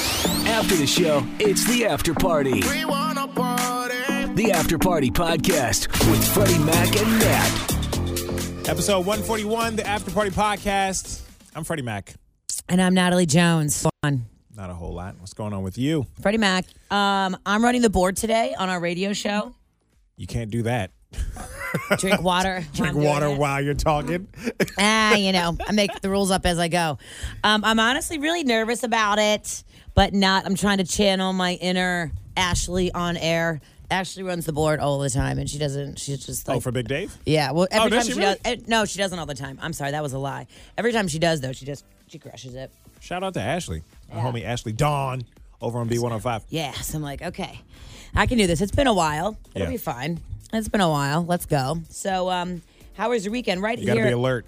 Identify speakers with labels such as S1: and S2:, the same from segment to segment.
S1: After the show, it's the after party.
S2: We wanna party.
S1: The After Party Podcast with Freddie Mac and Matt.
S3: Episode 141, the After Party Podcast. I'm Freddie Mac.
S4: And I'm Natalie Jones. On
S3: Not a whole lot. What's going on with you?
S4: Freddie Mac. Um, I'm running the board today on our radio show.
S3: You can't do that.
S4: Drink water. while I'm
S3: Drink
S4: doing
S3: water
S4: it.
S3: while you're talking.
S4: ah, you know, I make the rules up as I go. Um, I'm honestly really nervous about it, but not. I'm trying to channel my inner Ashley on air. Ashley runs the board all the time, and she doesn't. She's just like,
S3: Oh, for Big Dave?
S4: yeah. Well, every
S3: does
S4: time
S3: she
S4: she, does. eh, No, she doesn't all the time. I'm sorry, that was a lie. Every time she does, though, she just she crushes it.
S3: Shout out to Ashley, our homie Ashley Dawn over on B105.
S4: Yes. I'm like, okay, I can do this. It's been a while. It'll
S3: Yeah.
S4: be fine. It's been a while. Let's go. So, um, how was your weekend? Right
S3: You got to
S4: here.
S3: be alert.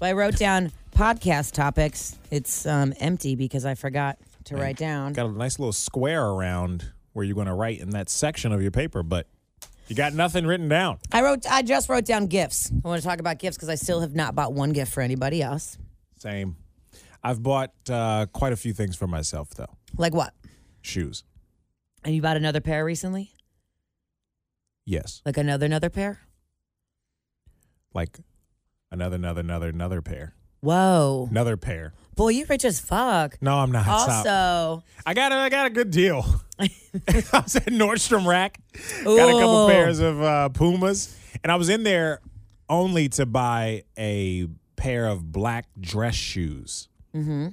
S4: I wrote down podcast topics. It's um, empty because I forgot to write down.
S3: Got a nice little square around where you're going to write in that section of your paper, but you got nothing written down.
S4: I wrote. I just wrote down gifts. I want to talk about gifts because I still have not bought one gift for anybody else.
S3: Same. I've bought uh, quite a few things for myself, though.
S4: Like what?
S3: Shoes.
S4: And you bought another pair recently?
S3: Yes.
S4: Like another another pair?
S3: Like another, another, another, another pair.
S4: Whoa,
S3: Another pair.
S4: boy, you rich as fuck.
S3: No, I'm not. Stop.
S4: Also,
S3: I got a, I got a good deal. I was at Nordstrom Rack. Got a couple
S4: Ooh.
S3: pairs of uh, Pumas, and I was in there only to buy a pair of black dress shoes. Mm-hmm.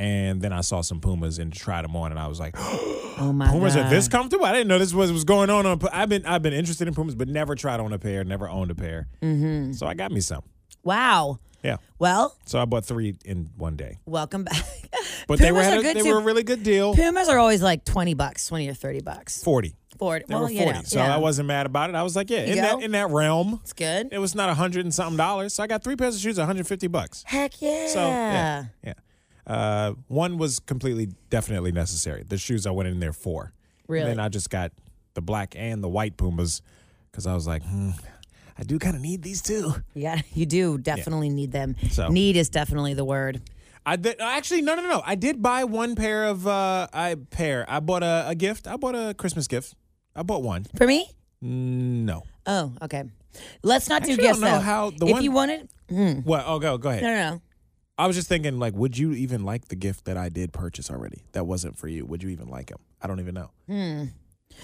S3: And then I saw some Pumas and tried them on, and I was like,
S4: oh my
S3: "Pumas
S4: god,
S3: are this comfortable? I didn't know this was was going on." on Pu- I've been I've been interested in Pumas, but never tried on a pair, never owned a pair. Mm-hmm. So I got me some.
S4: wow.
S3: Yeah.
S4: Well,
S3: So I bought three in one day,
S4: welcome back.
S3: but they were
S4: Pumas
S3: at
S4: are
S3: a-
S4: good
S3: they
S4: too.
S3: were a really good deal.
S4: Pumas are always like twenty bucks, twenty or thirty bucks.
S3: Forty.
S4: Forty.
S3: They
S4: well,
S3: were
S4: you know,
S3: forty, so
S4: yeah.
S3: I wasn't mad about it. I was like, yeah, in
S4: You
S3: that
S4: go.
S3: in that realm,
S4: It's good.
S3: it was not a hundred and something dollars. So I got three pairs of shoes, one hundred fifty bucks.
S4: Heck yeah.
S3: So yeah, yeah. Uh, one was completely definitely necessary. The shoes I went in there for.
S4: Really?
S3: And then I just got the black and the white Pumas because I was like, hmm, I do kind of need these too.
S4: Yeah, you do definitely need them.
S3: So-
S4: Need is definitely the word.
S3: I did uh, actually no no no. I did buy one pair of uh, I pair. I bought a, a gift. I bought a Christmas gift. I bought one.
S4: For me?
S3: No.
S4: Oh, okay. Let's not do
S3: Actually, I
S4: gifts
S3: don't know
S4: though.
S3: how- the
S4: if
S3: one-
S4: you wanted,
S3: What? Oh, go go ahead.
S4: Hmm. no, no, no.
S3: I was just thinking, like, would you even like the gift that I did purchase already? That wasn't for you. Would you even like him? I don't even know. Hmm.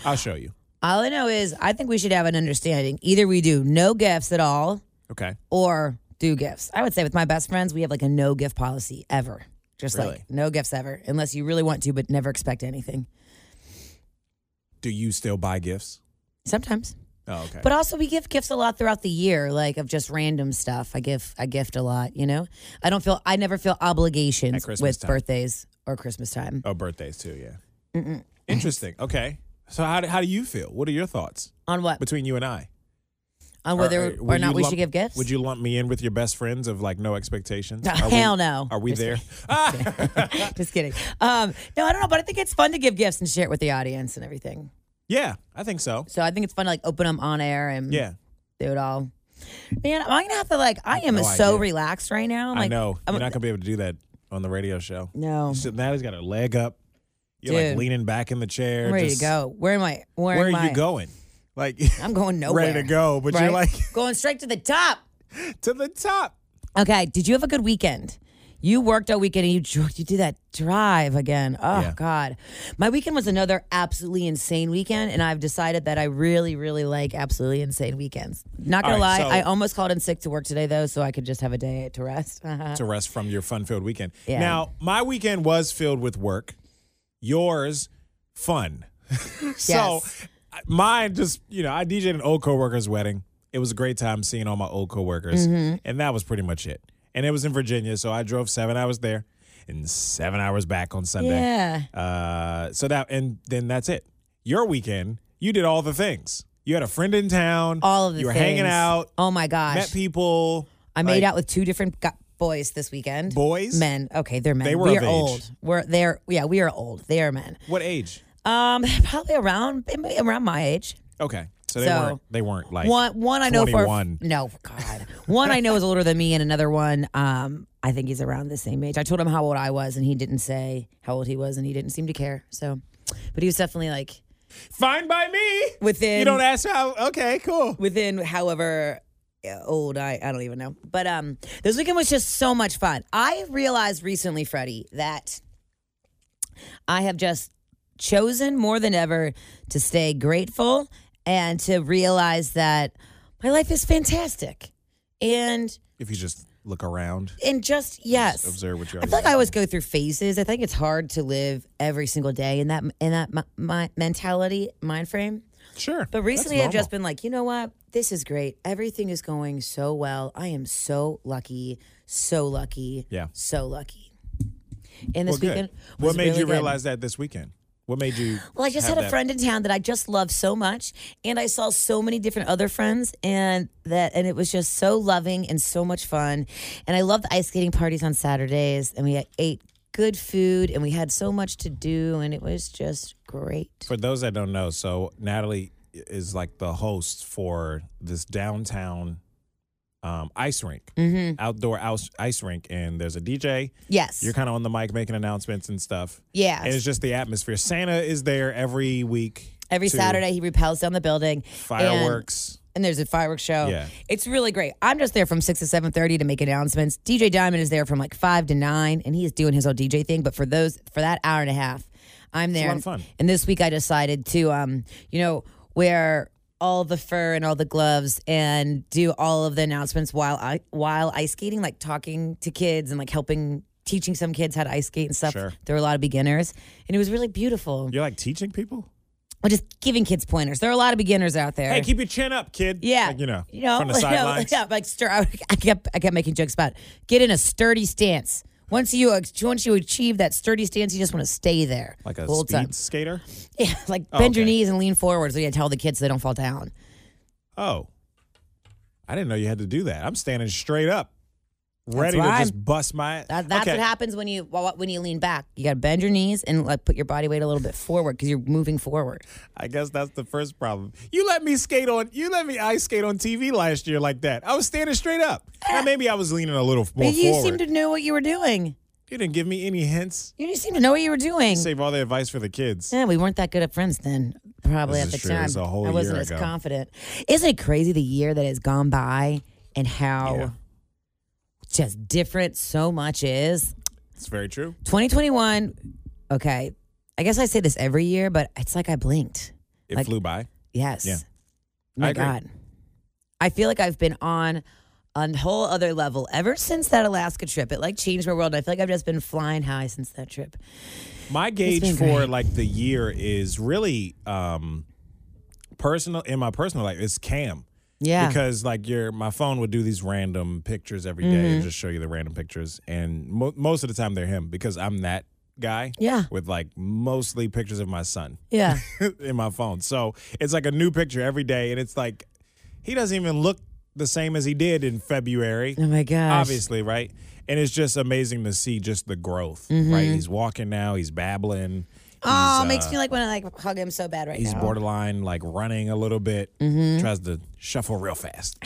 S3: I'll show you.
S4: All I know is I think we should have an understanding. Either we do no gifts at all,
S3: Okay.
S4: or do gifts. I would say with my best friends, we have like a no gift policy ever. Just
S3: Really?
S4: like no gifts ever, unless you really want to, but never expect anything.
S3: Do you still buy gifts?
S4: Sometimes,
S3: Oh, okay.
S4: but also we give gifts a lot throughout the year, like of just random stuff. I give I gift a lot, you know. I don't feel I never feel obligations
S3: Christmas
S4: with
S3: time.
S4: birthdays or Christmas time.
S3: oh, birthdays too. Yeah. Interesting. Okay. So how do, how do you feel? What are your thoughts
S4: On what?
S3: between you and I?
S4: On whether or,
S3: uh, would
S4: not
S3: you
S4: we
S3: lump-
S4: should give gifts?
S3: Would you lump me in with your best friends of like no expectations?
S4: No,
S3: Are we-
S4: hell no.
S3: Are we
S4: Just
S3: there?
S4: kidding. Just kidding. Um, no, I don't know, but I think it's fun to give gifts and share it with the audience and everything.
S3: yeah, I think so.
S4: So I think it's fun to like open them on air and
S3: Yeah.
S4: do it all. Man, I'm gonna have to like. I am
S3: no
S4: so
S3: idea.
S4: relaxed right now. I'm
S3: I
S4: like,
S3: know.
S4: I'm-
S3: You're not gonna be able to do that on the radio show.
S4: no,
S3: So now he's got her leg up. You're like
S4: Dude.
S3: leaning back in the chair.
S4: I'm ready
S3: just-
S4: to go. Where am I? Where,
S3: Where
S4: am
S3: are
S4: I?
S3: you going? Like
S4: I'm going nowhere.
S3: ready to go, but you're
S4: right?
S3: like
S4: going straight to the top.
S3: to the top.
S4: Okay. Did you have a good weekend? You worked all weekend and you dro- you did that drive again. Oh
S3: Yeah.
S4: God, my weekend was another absolutely insane weekend, and I've decided that I really, really like absolutely insane weekends. Not gonna
S3: All right,
S4: lie,
S3: so-
S4: I almost called in sick to work today though, so I could just have a day to rest.
S3: To rest from your fun filled weekend.
S4: Uh. Yeah.
S3: Now, my weekend was filled with work. Yours, fun. so
S4: Yes.
S3: I- mine just, you know, I DJed an old coworker's wedding. It was a great time seeing all my old coworkers.
S4: Mm-hmm.
S3: And that was pretty much it. And it was in Virginia, so I drove seven hours there and seven hours back on Sunday.
S4: yeah.
S3: Uh, so that and then that's it. Your weekend, you did all the things. You had a friend in town.
S4: all of the
S3: you were
S4: things.
S3: hanging out,
S4: Oh my gosh!
S3: met people.
S4: I
S3: like,
S4: made out with two different gu- boys this weekend.
S3: Boys?
S4: men. Okay, they're men.
S3: They were
S4: we
S3: of
S4: are
S3: age.
S4: old. We're they're yeah, we are old. They are men.
S3: What age?
S4: Um, probably around around my age.
S3: Okay, So they
S4: So-
S3: weren't they weren't like
S4: one one I know for a f-
S3: 21.
S4: no God. One I know is older than me, and another one um I think he's around the same age. I told him how old I was, and he didn't say how old he was, and he didn't seem to care. So, but he was definitely like
S3: Fine by me.
S4: Within-
S3: you don't ask how. Okay, cool.
S4: within however uh, old I I don't even know. But um this weekend was just so much fun. I realized recently, Freddie, that I have just chosen more than ever to stay grateful and to realize that my life is fantastic. And
S3: If you just look around,
S4: and just yes,
S3: observe what you
S4: I
S3: already
S4: feel like
S3: have.
S4: I always go through phases. I think it's hard to live every single day in that in that my, my mentality mind frame.
S3: sure.
S4: But
S3: that's
S4: recently, I've
S3: normal.
S4: just been like, you know what? This is great. Everything is going so well. I am so lucky, so lucky,
S3: Yeah.
S4: so lucky. And this
S3: Well, good.
S4: weekend, was
S3: What made
S4: really
S3: you
S4: good.
S3: realize that this weekend? What made you?
S4: Well, I just
S3: have
S4: had a
S3: that-
S4: friend in town that I just love so much, and I saw so many different other friends, and that, and it was just so loving and so much fun. And I love the ice skating parties on Saturdays, and we ate good food, and we had so much to do, and it was just great.
S3: For those that don't know, so Natalie is like the host for this downtown um, ice rink,
S4: Mm-hmm.
S3: outdoor ice, ice rink, and there's a DJ.
S4: Yes,
S3: You're kind of on the mic making announcements and stuff.
S4: Yes.
S3: And it's just the atmosphere. Santa is there every week.
S4: every
S3: to
S4: Saturday he repels down the building. and-
S3: Fireworks.
S4: and there's a fireworks show.
S3: Yeah.
S4: It's really great. I'm just there from six to seven thirty to make announcements. DJ Diamond is there from like five to nine, and he is doing his old DJ thing. But for those for that hour and a half, I'm there.
S3: lot of
S4: and,
S3: fun.
S4: and this week I decided to um, you know, wear all the fur and all the gloves and do all of the announcements while I while ice skating, like talking to kids and like helping teaching some kids how to ice skate and stuff.
S3: Sure.
S4: There were a lot of beginners. And it was really beautiful.
S3: You're like teaching people?
S4: Well, Just giving kids pointers. There are a lot of beginners out there.
S3: Hey, keep your chin up, kid.
S4: Yeah,
S3: Like, you know, from the
S4: like, no,
S3: sidelines.
S4: Yeah, like stir. I, kept, I kept making jokes about get in a sturdy stance. Once you ex- once you achieve that sturdy stance, you just want to stay there.
S3: Like a
S4: the whole
S3: speed
S4: time.
S3: skater?
S4: Yeah, like bend your
S3: okay.
S4: knees and lean forward so you tell the kids they don't fall down.
S3: Oh. I didn't know you had to do that. I'm standing straight up, ready to
S4: why
S3: just bust my.
S4: That, that's
S3: Okay.
S4: what happens when you wh- when you lean back. You got to bend your knees and like put your body weight a little bit forward because you're moving forward.
S3: I guess that's the first problem. You let me skate on, you let me ice skate on TV last year like that. I was standing straight up. Now, maybe I was leaning a little more
S4: But you
S3: forward.
S4: seem to know what you were doing.
S3: you didn't give me any hints.
S4: You seem to know what you were doing.
S3: Save all the advice for the kids.
S4: Yeah, we weren't that good at friends then. Probably
S3: This
S4: at
S3: is
S4: the
S3: true.
S4: time,
S3: It's a whole
S4: I wasn't
S3: year
S4: as
S3: ago.
S4: confident. Isn't it crazy the year that has gone by and how
S3: Yeah.
S4: just different so much is?
S3: It's very true.
S4: 2021. Okay, I guess I say this every year, but it's like I blinked.
S3: It
S4: Like-
S3: flew by.
S4: Yes. Oh
S3: Yeah.
S4: My
S3: I agree.
S4: God, I feel like I've been on a whole other level ever since that Alaska trip. It like changed my world. I feel like I've just been flying high since that trip.
S3: My gauge
S4: been
S3: for
S4: great.
S3: like the year is really um personal in my personal life it's Cam.
S4: Yeah.
S3: Because like your my phone would do these random pictures every day and
S4: Mm-hmm.
S3: just show you the random pictures and mo- most of the time they're him because I'm that guy.
S4: Yeah.
S3: With like mostly pictures of my son
S4: yeah.
S3: in my phone. So it's like a new picture every day and it's like he doesn't even look the same as he did in February
S4: Oh my gosh.
S3: obviously, right? And it's just amazing to see just the growth, right?
S4: Mm-hmm.
S3: He's walking now, he's babbling.
S4: Oh,
S3: he's,
S4: makes
S3: uh,
S4: me like want to like hug him so bad right
S3: He's
S4: now.
S3: borderline like running a little bit, tries to shuffle real fast.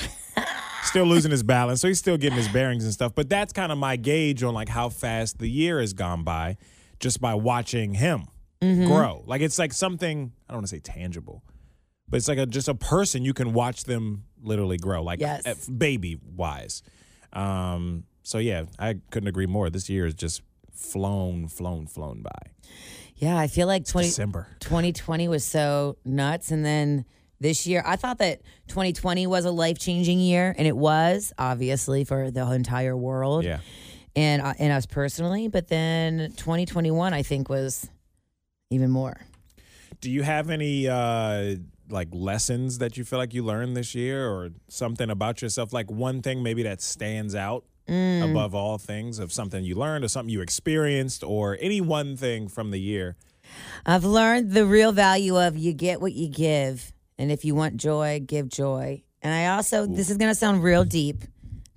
S3: still losing his balance, so he's still getting his bearings and stuff. But that's kind of my gauge on like how fast the year has gone by just by watching him grow. Like it's like something, I don't want to say tangible. But it's like a just a person you can watch them literally grow, like
S4: Yes.
S3: baby wise. Um, so yeah, I couldn't agree more. This year has just flown, flown, flown by.
S4: Yeah, I feel like 20,
S3: December.
S4: 2020 was so nuts. And then this year, I thought that 2020 was a life changing year, and it was, obviously, for the entire world
S3: Yeah.
S4: and, uh, and us personally. But then 2021, I think, was even more.
S3: Do you have any uh like lessons that you feel like you learned this year or something about yourself like one thing maybe that stands out
S4: Mm.
S3: above all things of something you learned or something you experienced or any one thing from the year?
S4: I've learned the real value of you get what you give. And if you want joy, give joy. And I also, this is going to sound real deep,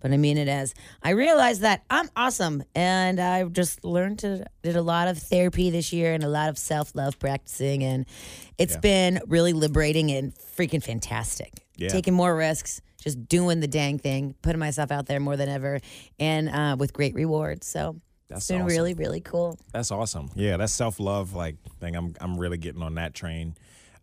S4: but I mean it as I realized that I'm awesome, and I've just learned to did a lot of therapy this year and a lot of self love practicing, and it's been really liberating and freaking fantastic.
S3: Yeah.
S4: Taking more risks, just doing the dang thing, putting myself out there more than ever, and uh, with great rewards. So
S3: That's
S4: it's been
S3: awesome.
S4: really really cool.
S3: That's awesome. Yeah, that's self love like thing. I'm I'm really getting on that train.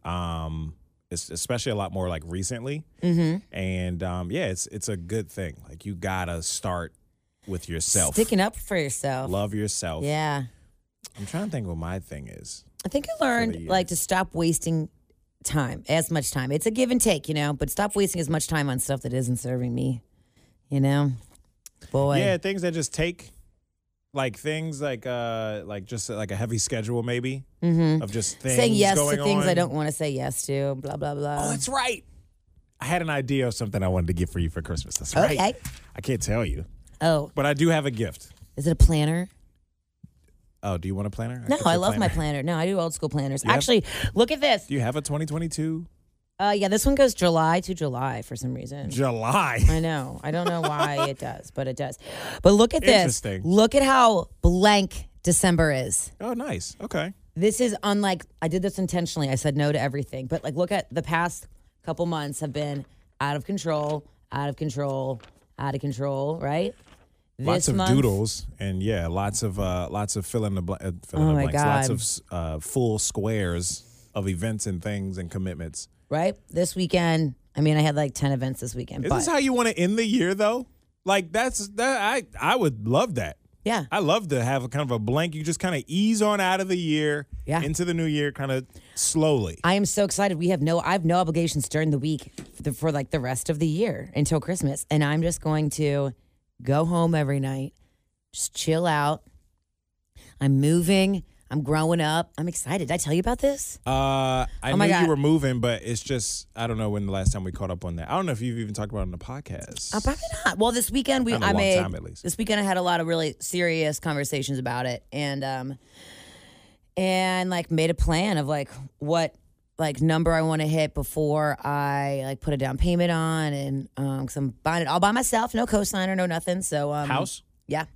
S3: Um, it's especially a lot more like recently. Mm-hmm. And um, yeah, it's it's a good thing. Like you gotta start with yourself.
S4: Sticking up for yourself.
S3: Love yourself.
S4: Yeah.
S3: I'm trying to think what my thing is.
S4: I think I learned
S3: the
S4: like to stop wasting time, as much time. It's a give and take, you know, but stop wasting as much time on stuff that isn't serving me, you know? Boy.
S3: Yeah, things that just take like things like uh like just like a heavy schedule maybe of just things
S4: Mm-hmm. Saying yes
S3: going
S4: to things I
S3: on.
S4: don't want to say yes to, blah, blah, blah.
S3: Oh, that's right. I had an idea of something I wanted to get for you for Christmas. That's right.
S4: Okay.
S3: I can't tell you,
S4: oh,
S3: but I do have a gift.
S4: is it a planner?
S3: Oh, do you want a planner?
S4: No,
S3: could do
S4: I love my
S3: planner.
S4: planner. No, I do old school planners.
S3: have-
S4: Actually, look at this.
S3: Do you have a 2022
S4: Uh, yeah, this one goes July to July for some reason.
S3: July?
S4: I know. I don't know why it does, but it does. But look at this.
S3: Interesting.
S4: Look at how blank December is.
S3: Oh, nice. Okay.
S4: this is unlike I did this intentionally. I said no to everything, but like look at the past couple months have been out of control, out of control, out of control, right?
S3: lots
S4: This
S3: of
S4: month-
S3: doodles and yeah, lots of uh lots of fill in the, bl- uh, fill in
S4: Oh
S3: the
S4: my
S3: blanks.
S4: God.
S3: Lots of uh full squares of events and things and commitments.
S4: right? This weekend, I mean, I had like ten events this weekend,
S3: Is
S4: but
S3: this how you want to end the year though? Like that's that I I would love that.
S4: yeah,
S3: I love to have a kind of a blank. You just kind of ease on out of the year
S4: Yeah.
S3: into the new year, kind of slowly.
S4: I am so excited. We have no, I have no obligations during the week for, for like the rest of the year until Christmas, and I'm just going to go home every night, just chill out. I'm moving. I'm growing up. I'm excited. Did I tell you about this?
S3: Uh, I
S4: Oh my
S3: knew you
S4: God.
S3: were moving, but it's just I don't know when the last time we caught up on that. I don't know if you've even talked about it on the podcast.
S4: Uh, probably not. Well, this weekend we
S3: Been a
S4: I
S3: long
S4: made
S3: time, at least.
S4: this weekend I had a lot of really serious conversations about it, and um, and like made a plan of like what like number I want to hit before I like put a down payment on, and um, because I'm buying it all by myself, no cosigner, no nothing. So um,
S3: House?
S4: yeah.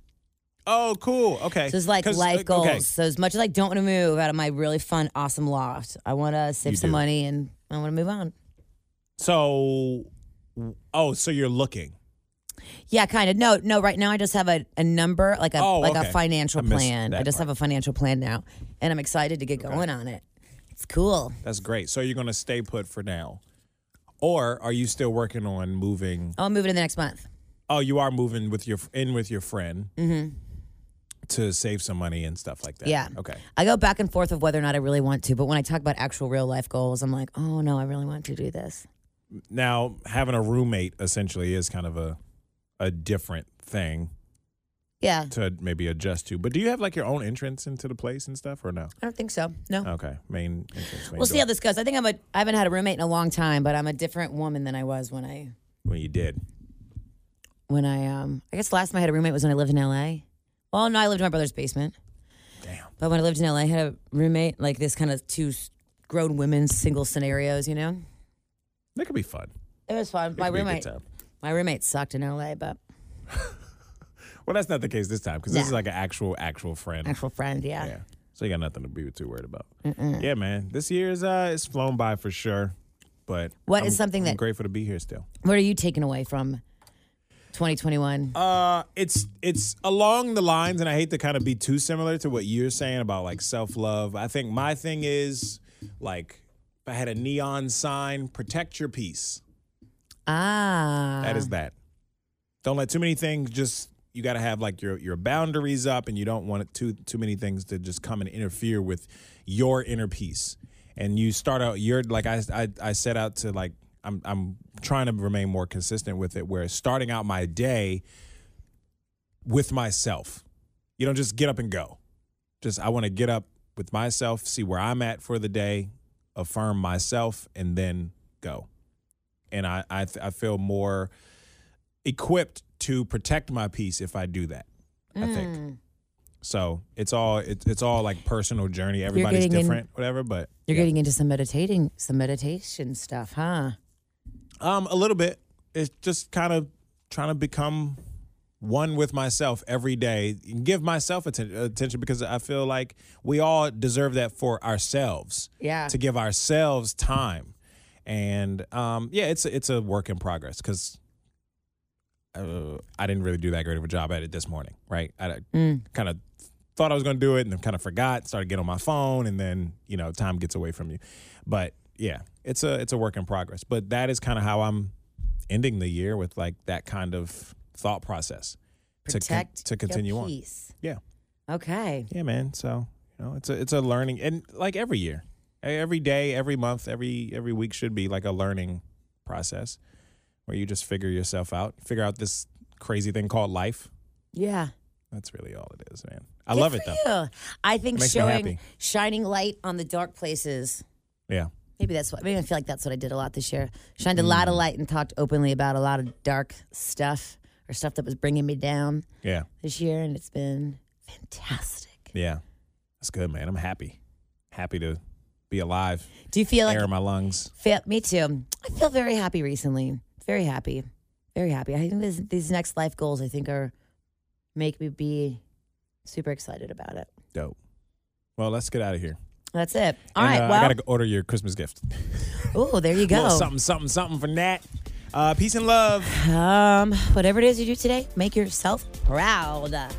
S3: Oh, cool. Okay.
S4: So it's like
S3: 'Cause,
S4: life
S3: uh,
S4: goals. So as much as I don't want to move out of my really fun, awesome loft, I want to save
S3: You
S4: some
S3: do.
S4: money and I want to move on.
S3: So, oh, so you're looking.
S4: Yeah, kind of. No, no. Right now, I just have a, a number, like a
S3: Oh,
S4: like
S3: okay.
S4: a financial
S3: I missed
S4: plan. I
S3: that
S4: just
S3: part.
S4: have a financial plan now, and I'm excited to get going on it. It's cool.
S3: That's great. So you're gonna stay put for now, or are you still working on moving?
S4: I'll move it in the next month.
S3: Oh, you are moving with your in with your friend to save some money and stuff like that.
S4: Mm-hmm. Yeah.
S3: Okay.
S4: I go back and forth of whether or not I really want to, but when I talk about actual real life goals, I'm like, oh no, I really want to do this.
S3: Now having a roommate essentially is kind of a a different thing
S4: Yeah,
S3: to maybe adjust to. But do you have like your own entrance into the place and stuff, or no?
S4: I don't think so. No.
S3: Okay, main entrance. Main
S4: We'll see
S3: door.
S4: how this goes. I think I'm a. I haven't had a roommate in a long time, but I'm a different woman than I was when I
S3: when you did.
S4: when I um I guess last time I had a roommate was when I lived in LA. Well, no, I lived in my brother's basement.
S3: Damn.
S4: But when I lived in LA, I had a roommate like this kind of two s- grown women single scenarios, you know.
S3: That could be fun.
S4: It was fun.
S3: That
S4: my
S3: could be a good
S4: roommate
S3: time.
S4: my roommate sucked in LA, but
S3: Well, that's not the case this time because this
S4: No.
S3: is like an actual actual friend.
S4: actual friend, yeah.
S3: Yeah. So you got nothing to be too worried about. Yeah, man. This year's uh it's flown by for sure. But
S4: What
S3: I'm,
S4: is something
S3: I'm
S4: that-
S3: grateful to be here still.
S4: What are you taking away from 2021?
S3: Uh it's it's along the lines and I hate to kind of be too similar to what you're saying about like self-love. I think my thing is like if I had a neon sign, protect your peace.
S4: ah.
S3: That is that. Don't let too many things just you got to have like your your boundaries up and you don't want it too too many things to just come and interfere with your inner peace. And you start out you're like I I, I set out to like I'm I'm trying to remain more consistent with it where starting out my day with myself. You don't just get up and go. Just I want to get up with myself, see where I'm at for the day, affirm myself and then go and I I, th- I feel more equipped to protect my peace if I do that. I
S4: Mm.
S3: think so. It's all it, it's all like personal journey. Everybody's
S4: getting in-
S3: different, whatever. But
S4: You're
S3: yeah.
S4: getting into some meditating, some meditation stuff, huh?
S3: um a little bit. It's just kind of trying to become one with myself every day and give myself atten- attention because I feel like we all deserve that for ourselves.
S4: Yeah.
S3: To give ourselves time. And um, yeah, it's a, it's a work in progress because uh, I didn't really do that great of a job at it this morning, right? I
S4: Mm.
S3: kind of thought I was going to do it and then kind of forgot, started getting on my phone, and then you know time gets away from you. But yeah, it's a it's a work in progress. But that is kind of how I'm ending the year with like that kind of thought process to con-
S4: Protect
S3: to continue
S4: your
S3: on.
S4: peace.
S3: Yeah,
S4: Okay.
S3: yeah, man. So you know, it's a it's a learning, and like every year, e- every day, every month, every every week should be like a learning process where you just figure yourself out, figure out this crazy thing called life.
S4: Yeah.
S3: That's really all it is, man. I love it though.
S4: Yeah. I think
S3: Makes me
S4: showing
S3: happy.
S4: shining light on the dark places.
S3: Yeah.
S4: Maybe that's what. Maybe I feel like that's what I did a lot this year. Shined a
S3: Mm.
S4: lot of light and talked openly about a lot of dark stuff or stuff that was bringing me down
S3: Yeah.
S4: this year, and it's been fantastic.
S3: Yeah. That's good, man. I'm happy. Happy to be alive.
S4: Do you feel like
S3: Air in my lungs.
S4: Feel, me too. I feel very happy recently. Very happy. Very happy. I think this, these next life goals, I think, are make me be super excited about it.
S3: Dope. Well, let's get out of here.
S4: That's it. All
S3: And,
S4: right.
S3: uh, I
S4: well,
S3: gotta go order your Christmas gift.
S4: oh, there you go.
S3: Little something, something, something for Nat. Uh, peace and love.
S4: Um, whatever it is you do today, make yourself proud.